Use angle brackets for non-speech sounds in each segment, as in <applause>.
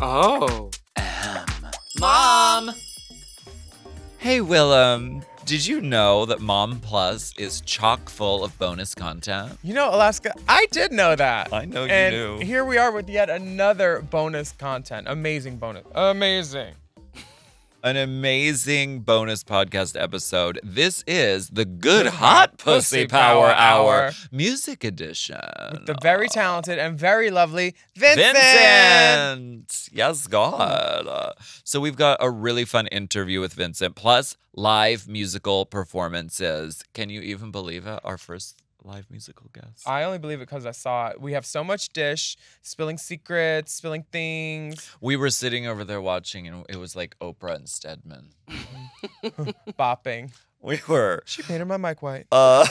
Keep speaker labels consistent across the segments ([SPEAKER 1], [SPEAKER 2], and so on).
[SPEAKER 1] Oh.
[SPEAKER 2] Mom!
[SPEAKER 3] Hey, Willem, did you know that Mom Plus is chock full of bonus content?
[SPEAKER 4] You know, Alaska, I did know that.
[SPEAKER 3] I know you
[SPEAKER 4] and
[SPEAKER 3] knew.
[SPEAKER 4] Here we are with yet another bonus content. Amazing bonus. Amazing.
[SPEAKER 3] An amazing bonus podcast episode. This is the Good Hot Pussy,
[SPEAKER 4] Pussy
[SPEAKER 3] Power,
[SPEAKER 4] Power
[SPEAKER 3] Hour,
[SPEAKER 4] Hour.
[SPEAKER 3] music edition. With
[SPEAKER 4] The very talented and very lovely Vincent.
[SPEAKER 3] Vincent! Yes, God. Uh, So we've got a really fun interview with Vincent, plus live musical performances. Can you even believe it? Our first live musical guest.
[SPEAKER 4] I only believe it because I saw it. We have so much dish, spilling secrets, spilling things,
[SPEAKER 3] We were sitting over there watching, and it was like Oprah and Stedman.
[SPEAKER 4] bopping.
[SPEAKER 3] We were.
[SPEAKER 4] She painted my mic white. <laughs>
[SPEAKER 3] Uh,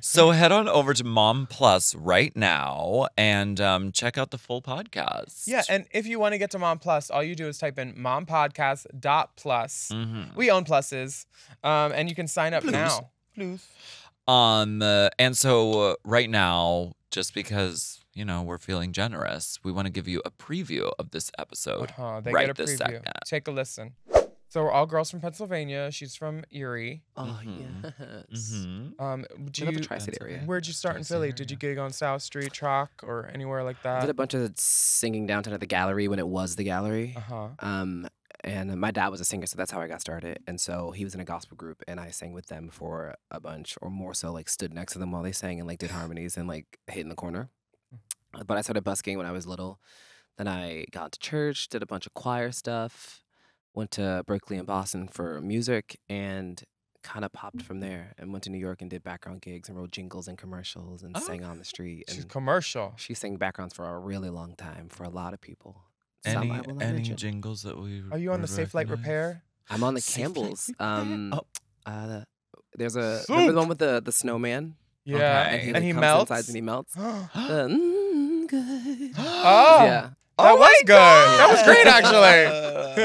[SPEAKER 3] so head on over to Mom Plus right now and um, check out the full podcast.
[SPEAKER 4] Yeah, and if you want to get to Mom Plus, all you do is type in mompodcast.plus.
[SPEAKER 3] Mhm.
[SPEAKER 4] We own pluses, um, and you can sign up
[SPEAKER 3] Plus.
[SPEAKER 4] now.
[SPEAKER 3] Um, uh, and so uh, right now, just because you know we're feeling generous, we want to give you a preview of this episode.
[SPEAKER 4] Uh-huh, they
[SPEAKER 3] right
[SPEAKER 4] get a
[SPEAKER 3] this
[SPEAKER 4] preview.
[SPEAKER 3] second.
[SPEAKER 4] Take a listen. So we're all girls from Pennsylvania. She's from Erie.
[SPEAKER 2] Oh,
[SPEAKER 3] Mhm.
[SPEAKER 2] yes.
[SPEAKER 3] Mhm.
[SPEAKER 4] Um, do
[SPEAKER 2] Bit of a
[SPEAKER 4] you-
[SPEAKER 2] tri-state Mm-hmm. area.
[SPEAKER 4] Where'd you start in
[SPEAKER 3] Tri-state
[SPEAKER 4] Philly? Did
[SPEAKER 3] area.
[SPEAKER 4] you gig on South Street, Chalk, or anywhere like
[SPEAKER 2] I did a
[SPEAKER 4] that?
[SPEAKER 2] bunch of singing downtown at the gallery when it was the gallery.
[SPEAKER 4] Uh huh.
[SPEAKER 2] Um, and my dad was a singer, so that's how I got started. And so he was in a gospel group, and I sang with them for a bunch, or more so, like stood next to them while they sang and like did harmonies and like hid in the corner.
[SPEAKER 3] Mm-hmm.
[SPEAKER 2] Uh, But I started busking when I was little. Then I got to church, did a bunch of choir stuff, went to Berkeley and Boston for music, and kind of popped from
[SPEAKER 3] Mm-hmm.
[SPEAKER 2] there. And went to New York and did background gigs and wrote jingles and commercials
[SPEAKER 3] Oh,
[SPEAKER 2] and sang on the street.
[SPEAKER 4] She's
[SPEAKER 2] And
[SPEAKER 4] commercial.
[SPEAKER 2] she sang backgrounds for a really long time for a lot of people. Some
[SPEAKER 3] Any
[SPEAKER 2] I will not
[SPEAKER 3] any
[SPEAKER 2] mention.
[SPEAKER 3] jingles that we
[SPEAKER 4] Are you on
[SPEAKER 3] would
[SPEAKER 4] the Safe Light
[SPEAKER 3] recognize?
[SPEAKER 4] Repair?
[SPEAKER 2] I'm on the
[SPEAKER 3] Safe Light
[SPEAKER 2] Campbells.
[SPEAKER 3] Repair. <gasps>
[SPEAKER 2] Um,
[SPEAKER 3] Oh.
[SPEAKER 2] uh, there's a remember the one with the the snowman,
[SPEAKER 4] Yeah. <gasps>
[SPEAKER 3] Okay.
[SPEAKER 4] And,
[SPEAKER 2] like,
[SPEAKER 4] he
[SPEAKER 2] comes
[SPEAKER 4] melts.
[SPEAKER 2] inside and he melts.
[SPEAKER 4] <gasps> oh,
[SPEAKER 2] The, mm, good.
[SPEAKER 3] <gasps>
[SPEAKER 4] Oh.
[SPEAKER 2] yeah,
[SPEAKER 4] that was good. That was great, <laughs>
[SPEAKER 2] Oh
[SPEAKER 4] actually.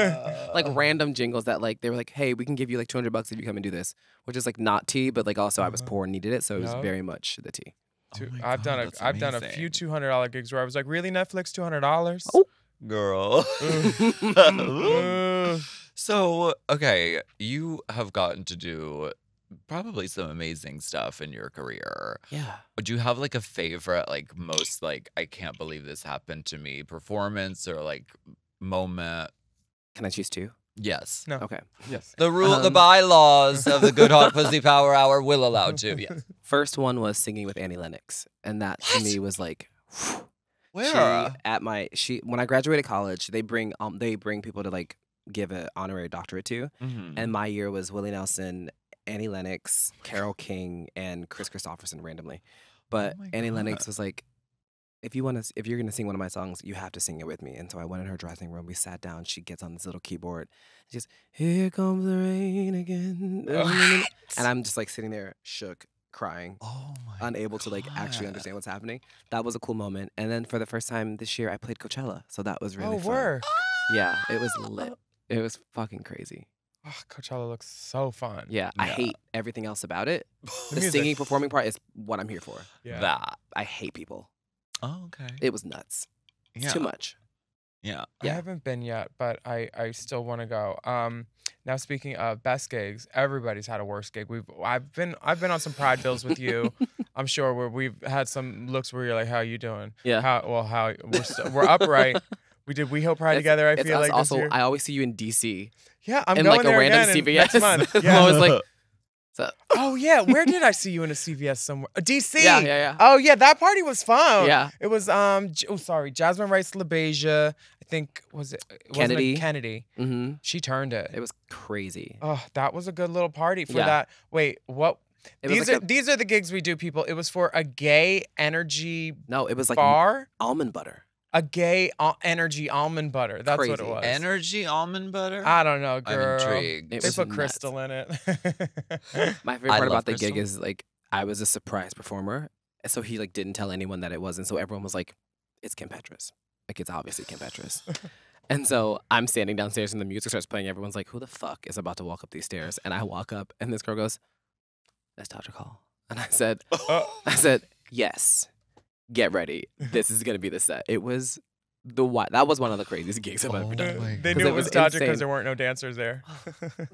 [SPEAKER 3] <laughs> actually.
[SPEAKER 2] like random jingles that like they were like, hey, we can give you like 200 bucks if you come and do this, which is like not tea, but like also I was
[SPEAKER 4] Uh-huh.
[SPEAKER 2] poor and needed it, so it was
[SPEAKER 4] Yeah.
[SPEAKER 2] very much the tea.
[SPEAKER 4] Two-
[SPEAKER 3] Oh
[SPEAKER 4] I've done a have done a few two hundred dollar gigs where I was like, really Netflix two hundred dollars.
[SPEAKER 2] Oh.
[SPEAKER 3] <laughs> girl.
[SPEAKER 4] Ooh.
[SPEAKER 3] so okay, you have gotten to do probably some amazing stuff in your career.
[SPEAKER 2] Yeah.
[SPEAKER 3] Do you have like a favorite, like most like I can't believe this happened to me performance or like moment?
[SPEAKER 2] Can I choose two?
[SPEAKER 3] Yes.
[SPEAKER 4] No.
[SPEAKER 2] Okay.
[SPEAKER 4] Yes.
[SPEAKER 3] The rule, the
[SPEAKER 2] Um,
[SPEAKER 3] bylaws of the Good Hot <laughs> Pussy Power Hour will allow two.
[SPEAKER 4] <laughs>
[SPEAKER 3] Yes.
[SPEAKER 2] First one was singing with Annie Lennox, and that
[SPEAKER 3] What?
[SPEAKER 2] to me was like.
[SPEAKER 3] Where?
[SPEAKER 2] She, at my she when I graduated college, they bring um they bring people to like give an honorary doctorate to,
[SPEAKER 3] Mhm.
[SPEAKER 2] and my year was Willie Nelson, Annie Lennox, Carol King, and Chris Christopherson randomly, but
[SPEAKER 3] Oh my
[SPEAKER 2] Annie
[SPEAKER 3] God.
[SPEAKER 2] Lennox was like. If you want to, if you're gonna sing one of my songs, you have to sing it with me. And so I went in her dressing room. We sat down. She gets on this little keyboard. She goes, "Here comes the
[SPEAKER 3] <laughs>
[SPEAKER 2] rain again," <laughs>
[SPEAKER 3] What?
[SPEAKER 2] and I'm just like sitting there, shook, crying
[SPEAKER 3] oh my <laughs>
[SPEAKER 2] unable to like actually
[SPEAKER 3] God.
[SPEAKER 2] understand what's happening. That was a cool moment. And then for the first time this year, I played Coachella, so that was really
[SPEAKER 4] oh,
[SPEAKER 2] fun.
[SPEAKER 4] work.
[SPEAKER 2] Yeah, it was lit.
[SPEAKER 3] <gasps>
[SPEAKER 2] It was fucking crazy.
[SPEAKER 4] Oh, Coachella looks so fun.
[SPEAKER 2] Yeah, I
[SPEAKER 3] Yeah.
[SPEAKER 2] hate everything else about it. The,
[SPEAKER 4] music.
[SPEAKER 2] singing performing part is what I'm here for.
[SPEAKER 4] Yeah.
[SPEAKER 3] That.
[SPEAKER 2] I hate people.
[SPEAKER 3] Oh, okay.
[SPEAKER 2] It was nuts. It's
[SPEAKER 3] yeah.
[SPEAKER 2] too much.
[SPEAKER 3] Yeah.
[SPEAKER 2] Yeah.
[SPEAKER 4] I haven't been yet, but I, I still want to go. Um, now speaking of best gigs, everybody's had a worst gig. We've I've been I've been on some pride bills with
[SPEAKER 2] <laughs>
[SPEAKER 4] you. I'm sure where we've had some looks where you're like, how you doing?
[SPEAKER 2] Yeah.
[SPEAKER 4] How well how we're st- we're upright. We did We Hill Pride
[SPEAKER 2] It's-
[SPEAKER 4] together. I
[SPEAKER 2] <laughs> it's
[SPEAKER 4] feel
[SPEAKER 2] us
[SPEAKER 4] like this
[SPEAKER 2] also
[SPEAKER 4] year.
[SPEAKER 2] I always see you in DC
[SPEAKER 4] yeah, I'm
[SPEAKER 2] in
[SPEAKER 4] going
[SPEAKER 2] like a
[SPEAKER 4] there
[SPEAKER 2] random
[SPEAKER 4] again in-
[SPEAKER 2] CVS.
[SPEAKER 4] next month.
[SPEAKER 2] <laughs> I'm
[SPEAKER 4] Yeah.
[SPEAKER 2] always like, so,
[SPEAKER 4] oh yeah, where did I see you in a CVS
[SPEAKER 2] <laughs>
[SPEAKER 4] somewhere? Uh, DC.
[SPEAKER 2] yeah, yeah,
[SPEAKER 4] Oh yeah, that party was fun.
[SPEAKER 2] yeah, yeah.
[SPEAKER 4] It was um J- oh sorry, Jasmine Rice LaBeija. I think was it it wasn't it
[SPEAKER 2] Kennedy.
[SPEAKER 4] Kennedy.
[SPEAKER 2] hmm
[SPEAKER 4] She turned it.
[SPEAKER 2] It was crazy.
[SPEAKER 4] Oh, that was a good little party for
[SPEAKER 2] Yeah.
[SPEAKER 4] that. Wait, what?
[SPEAKER 2] It was
[SPEAKER 4] these
[SPEAKER 2] like
[SPEAKER 4] are these are the gigs we do, people. It was for a gay energy
[SPEAKER 2] a, no, it was like
[SPEAKER 4] bar,
[SPEAKER 2] almond butter.
[SPEAKER 4] a gay al- energy almond butter. That's what it
[SPEAKER 2] Crazy.
[SPEAKER 4] was.
[SPEAKER 3] Energy almond butter.
[SPEAKER 4] I don't know,
[SPEAKER 3] I'm
[SPEAKER 4] girl.
[SPEAKER 3] intrigued.
[SPEAKER 2] Ah, It
[SPEAKER 4] They <laughs>
[SPEAKER 2] was
[SPEAKER 4] put
[SPEAKER 2] nuts.
[SPEAKER 4] crystal in
[SPEAKER 2] <laughs>
[SPEAKER 4] it. <laughs>
[SPEAKER 2] My favorite
[SPEAKER 3] I love
[SPEAKER 2] part about the gig
[SPEAKER 3] Crystal.
[SPEAKER 2] is like I was a surprise performer, so he like didn't tell anyone that it was, and so everyone was like, "It's Kim Petras," like it's obviously Kim Petras. and so I'm standing downstairs, and the music starts playing. Everyone's like, "Who the fuck is about to walk up these stairs?" And I walk up, and this girl goes, "That's Dr. Call," and I said,
[SPEAKER 4] Oh.
[SPEAKER 2] "I said yes, get ready. This is gonna be the set." It was the what? That was one of the craziest gigs I've ever done.
[SPEAKER 3] Oh my
[SPEAKER 4] they
[SPEAKER 3] God.
[SPEAKER 4] knew
[SPEAKER 2] it
[SPEAKER 4] it was
[SPEAKER 2] was
[SPEAKER 4] Dodger because
[SPEAKER 2] insane. Oh.
[SPEAKER 4] there weren't no dancers there.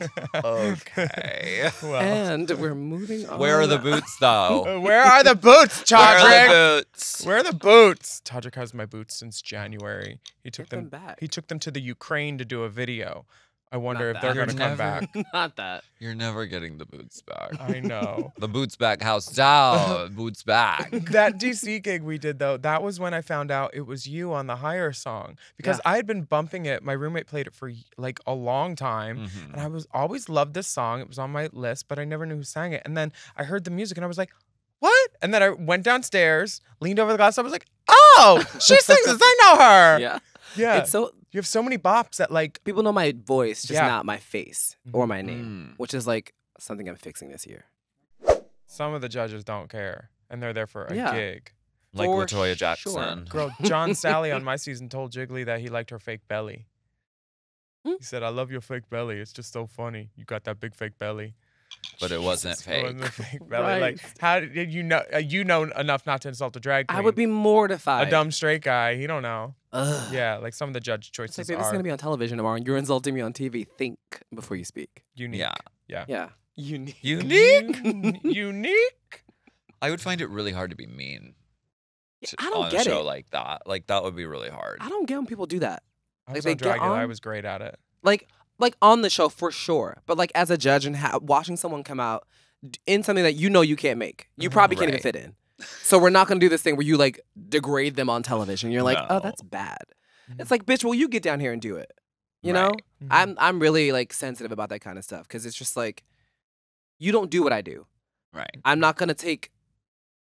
[SPEAKER 4] <laughs>
[SPEAKER 2] <laughs>
[SPEAKER 3] Okay.
[SPEAKER 4] well,
[SPEAKER 2] And we're moving on.
[SPEAKER 3] Where are the boots,
[SPEAKER 2] <laughs>
[SPEAKER 3] though?
[SPEAKER 4] uh, where are the boots,
[SPEAKER 3] Where
[SPEAKER 4] Todrick?
[SPEAKER 3] are the boots?
[SPEAKER 4] Where are the boots? Todrick has my boots since January. He took
[SPEAKER 2] Get them
[SPEAKER 4] them.
[SPEAKER 2] back.
[SPEAKER 4] He took them to the Ukraine to do a video. I wonder
[SPEAKER 2] Not
[SPEAKER 4] if
[SPEAKER 3] that.
[SPEAKER 4] they're going to come
[SPEAKER 3] Never.
[SPEAKER 4] back.
[SPEAKER 2] <laughs> Not that.
[SPEAKER 3] You're never getting the boots back.
[SPEAKER 2] <laughs>
[SPEAKER 4] I know.
[SPEAKER 3] The boots back house down. Boots back.
[SPEAKER 4] that DC gig we did though, that was when I found out it was you on the higher song because I had been bumping it. My roommate played it for y- like a long time.
[SPEAKER 2] Mm.
[SPEAKER 3] Mhm.
[SPEAKER 4] And I was always loved this song. It was on my list, but I never knew who sang it. And then I heard the music and I was like, what? And then I went downstairs, leaned over the glass. I was like, oh,
[SPEAKER 2] <laughs>
[SPEAKER 4] she sings this. I know her.
[SPEAKER 2] Yeah.
[SPEAKER 4] Yeah.
[SPEAKER 2] It's so
[SPEAKER 4] you have so many bops that like,
[SPEAKER 2] people know my voice, just
[SPEAKER 4] Yeah.
[SPEAKER 2] not my face or my name,
[SPEAKER 3] Mm.
[SPEAKER 2] which is like something I'm fixing this year.
[SPEAKER 4] some of the judges don't care and they're there for a
[SPEAKER 2] Yeah.
[SPEAKER 4] gig.
[SPEAKER 3] Like
[SPEAKER 2] For
[SPEAKER 3] Latoya
[SPEAKER 2] sure.
[SPEAKER 3] Jackson.
[SPEAKER 4] Girl, John Sally on my season told Jiggly that he liked her fake belly.
[SPEAKER 2] Hmm?
[SPEAKER 4] He said, I love your fake belly. It's just so funny. You got that big fake belly.
[SPEAKER 3] But it wasn't
[SPEAKER 4] It
[SPEAKER 3] fake.
[SPEAKER 4] wasn't a
[SPEAKER 2] <laughs>
[SPEAKER 4] fake belly. Like,
[SPEAKER 2] Christ.
[SPEAKER 4] how did you know? Uh, you know enough not to insult a drag queen.
[SPEAKER 2] I would be mortified.
[SPEAKER 4] a dumb straight guy. He don't know.
[SPEAKER 2] Ugh.
[SPEAKER 4] Yeah, like some of the judge
[SPEAKER 2] It's like,
[SPEAKER 4] choices
[SPEAKER 2] babe, this is
[SPEAKER 4] are
[SPEAKER 2] gonna be on television tomorrow, and you're insulting me on TV. Think before you speak.
[SPEAKER 4] unique.
[SPEAKER 3] Yeah.
[SPEAKER 2] Yeah. Unique. <laughs>
[SPEAKER 4] Unique. unique.
[SPEAKER 3] I would find it really hard to be mean. to-
[SPEAKER 2] I don't
[SPEAKER 3] on
[SPEAKER 2] get
[SPEAKER 3] a show
[SPEAKER 2] it.
[SPEAKER 3] like that. Like that would be really hard.
[SPEAKER 2] I don't get when people do that.
[SPEAKER 4] I
[SPEAKER 2] Like,
[SPEAKER 4] was
[SPEAKER 2] they
[SPEAKER 4] on
[SPEAKER 2] get
[SPEAKER 4] Dragula. I
[SPEAKER 2] on-
[SPEAKER 4] was great at it.
[SPEAKER 2] Like, like on the show for sure, but like as a judge and ha- watching someone come out d- in something that you know you can't make, you
[SPEAKER 4] Mhm.
[SPEAKER 2] probably can't even
[SPEAKER 3] Mm-hmm. Right.
[SPEAKER 2] fit in. So we're not gonna do this thing where you like degrade them on television. You're like,
[SPEAKER 3] No. Mm-hmm.
[SPEAKER 2] oh, that's bad. It's like, bitch, well, you get down here and do it. You
[SPEAKER 3] Right. Mm-hmm.
[SPEAKER 2] know,
[SPEAKER 4] Mm-hmm.
[SPEAKER 2] I'm I'm really like sensitive about that kind of stuff because it's just like, you don't do what I do.
[SPEAKER 3] Right.
[SPEAKER 2] I'm not gonna take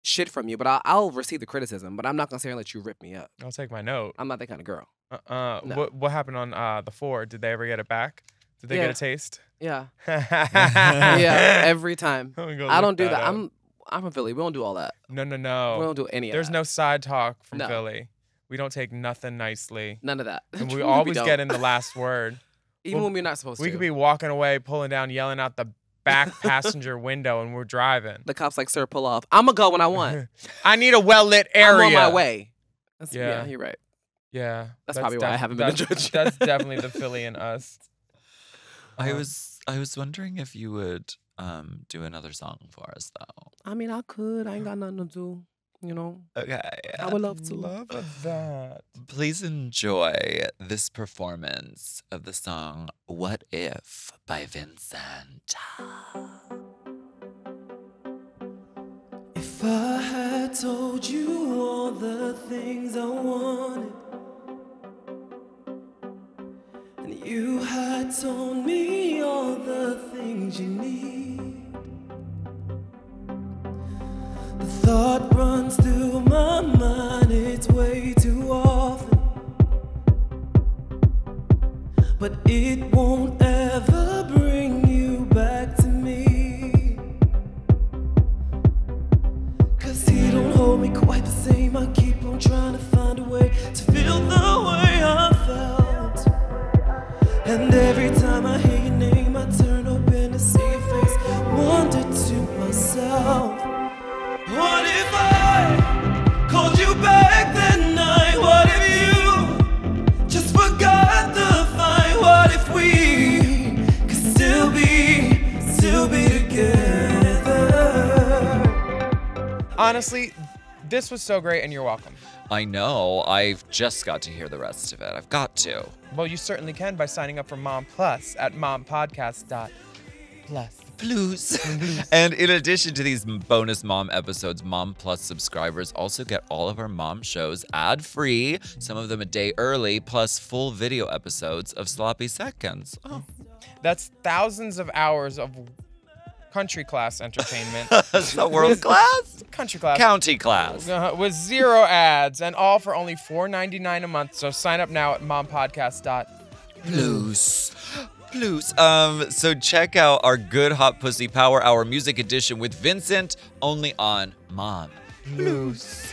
[SPEAKER 2] shit from you, but I'll, I'll receive the criticism. But I'm not gonna sit here and let you rip me up.
[SPEAKER 4] I'll take my note.
[SPEAKER 2] I'm not that kind of girl.
[SPEAKER 4] Uh, uh,
[SPEAKER 2] No.
[SPEAKER 4] What what happened on uh, the four? Did they ever get it back? Did they
[SPEAKER 2] Yeah.
[SPEAKER 4] get a taste?
[SPEAKER 2] Yeah, <laughs>
[SPEAKER 4] <laughs>
[SPEAKER 3] <laughs>
[SPEAKER 2] yeah.
[SPEAKER 4] yeah.
[SPEAKER 2] Every time I don't do that. I'm I'm from Philly. We don't do all that.
[SPEAKER 4] no no
[SPEAKER 2] We
[SPEAKER 4] no.
[SPEAKER 2] don't do any of
[SPEAKER 4] Oh. There's
[SPEAKER 2] that.
[SPEAKER 4] no side talk from
[SPEAKER 2] No.
[SPEAKER 4] Philly. We don't take nothing
[SPEAKER 2] <laughs>
[SPEAKER 4] nicely.
[SPEAKER 2] none of that.
[SPEAKER 4] And we
[SPEAKER 2] Truly,
[SPEAKER 4] always
[SPEAKER 2] don't.
[SPEAKER 4] get in the
[SPEAKER 2] <laughs>
[SPEAKER 4] last word.
[SPEAKER 2] even
[SPEAKER 4] well,
[SPEAKER 2] when we're not supposed
[SPEAKER 4] We
[SPEAKER 2] to.
[SPEAKER 4] could be walking away, pulling down, yelling out the back
[SPEAKER 2] <laughs>
[SPEAKER 4] passenger window, and we're driving.
[SPEAKER 2] the cops like, sir, pull off. I'm gonna go when I want.
[SPEAKER 4] I need a well lit <laughs> area.
[SPEAKER 2] I'm on my way. That's, yeah.
[SPEAKER 4] Yeah.
[SPEAKER 2] you're right.
[SPEAKER 4] Yeah,
[SPEAKER 2] That's probably why I haven't been a
[SPEAKER 4] that's-
[SPEAKER 2] judge.
[SPEAKER 4] <laughs> That's definitely the Philly in us.
[SPEAKER 3] I
[SPEAKER 4] Uh,
[SPEAKER 3] was I was wondering if you would um do another song for us though.
[SPEAKER 2] I mean, I could. I ain't got nothing to do. You know,
[SPEAKER 3] Okay. uh,
[SPEAKER 2] I would love to.
[SPEAKER 4] love
[SPEAKER 2] <laughs>
[SPEAKER 4] that.
[SPEAKER 3] Please enjoy this performance of the song What If by Vincent.
[SPEAKER 1] If I had told you all the things I wanted, and you had told me all the things you need, the thought runs through my mind, it's way too often, but it won't ever bring you back to me. Cause he don't hold me quite the same. I keep on trying to find a way to feel the way I felt. And every time I hear your name, I turn open to see your face. Wonder to myself, what if I called you back that night? What if you just forgot the fight? What if we could still be, still be together?
[SPEAKER 4] Honestly, this was so great, and you're welcome.
[SPEAKER 3] I know, I've just got to hear the rest of it. I've got to.
[SPEAKER 4] Well, you certainly can by signing up for Mom Plus at mompodcast.plus.
[SPEAKER 3] Blues. <laughs> and in addition to these m- bonus mom episodes, Mom Plus subscribers also get all of our mom shows ad free, some of them a day early, plus full video episodes of Sloppy Seconds. Oh,
[SPEAKER 4] That's thousands of hours of country class entertainment.
[SPEAKER 3] that's the world class, <laughs>
[SPEAKER 4] country class.
[SPEAKER 3] county class.
[SPEAKER 4] Uh, with zero ads and all for only $4.99 a month. So sign up now at mompodcast.plus.
[SPEAKER 3] Plus. Plus. Um, so check out our Good Hot Pussy Power Hour Music Edition with Vincent only on Mom.
[SPEAKER 1] Yeah.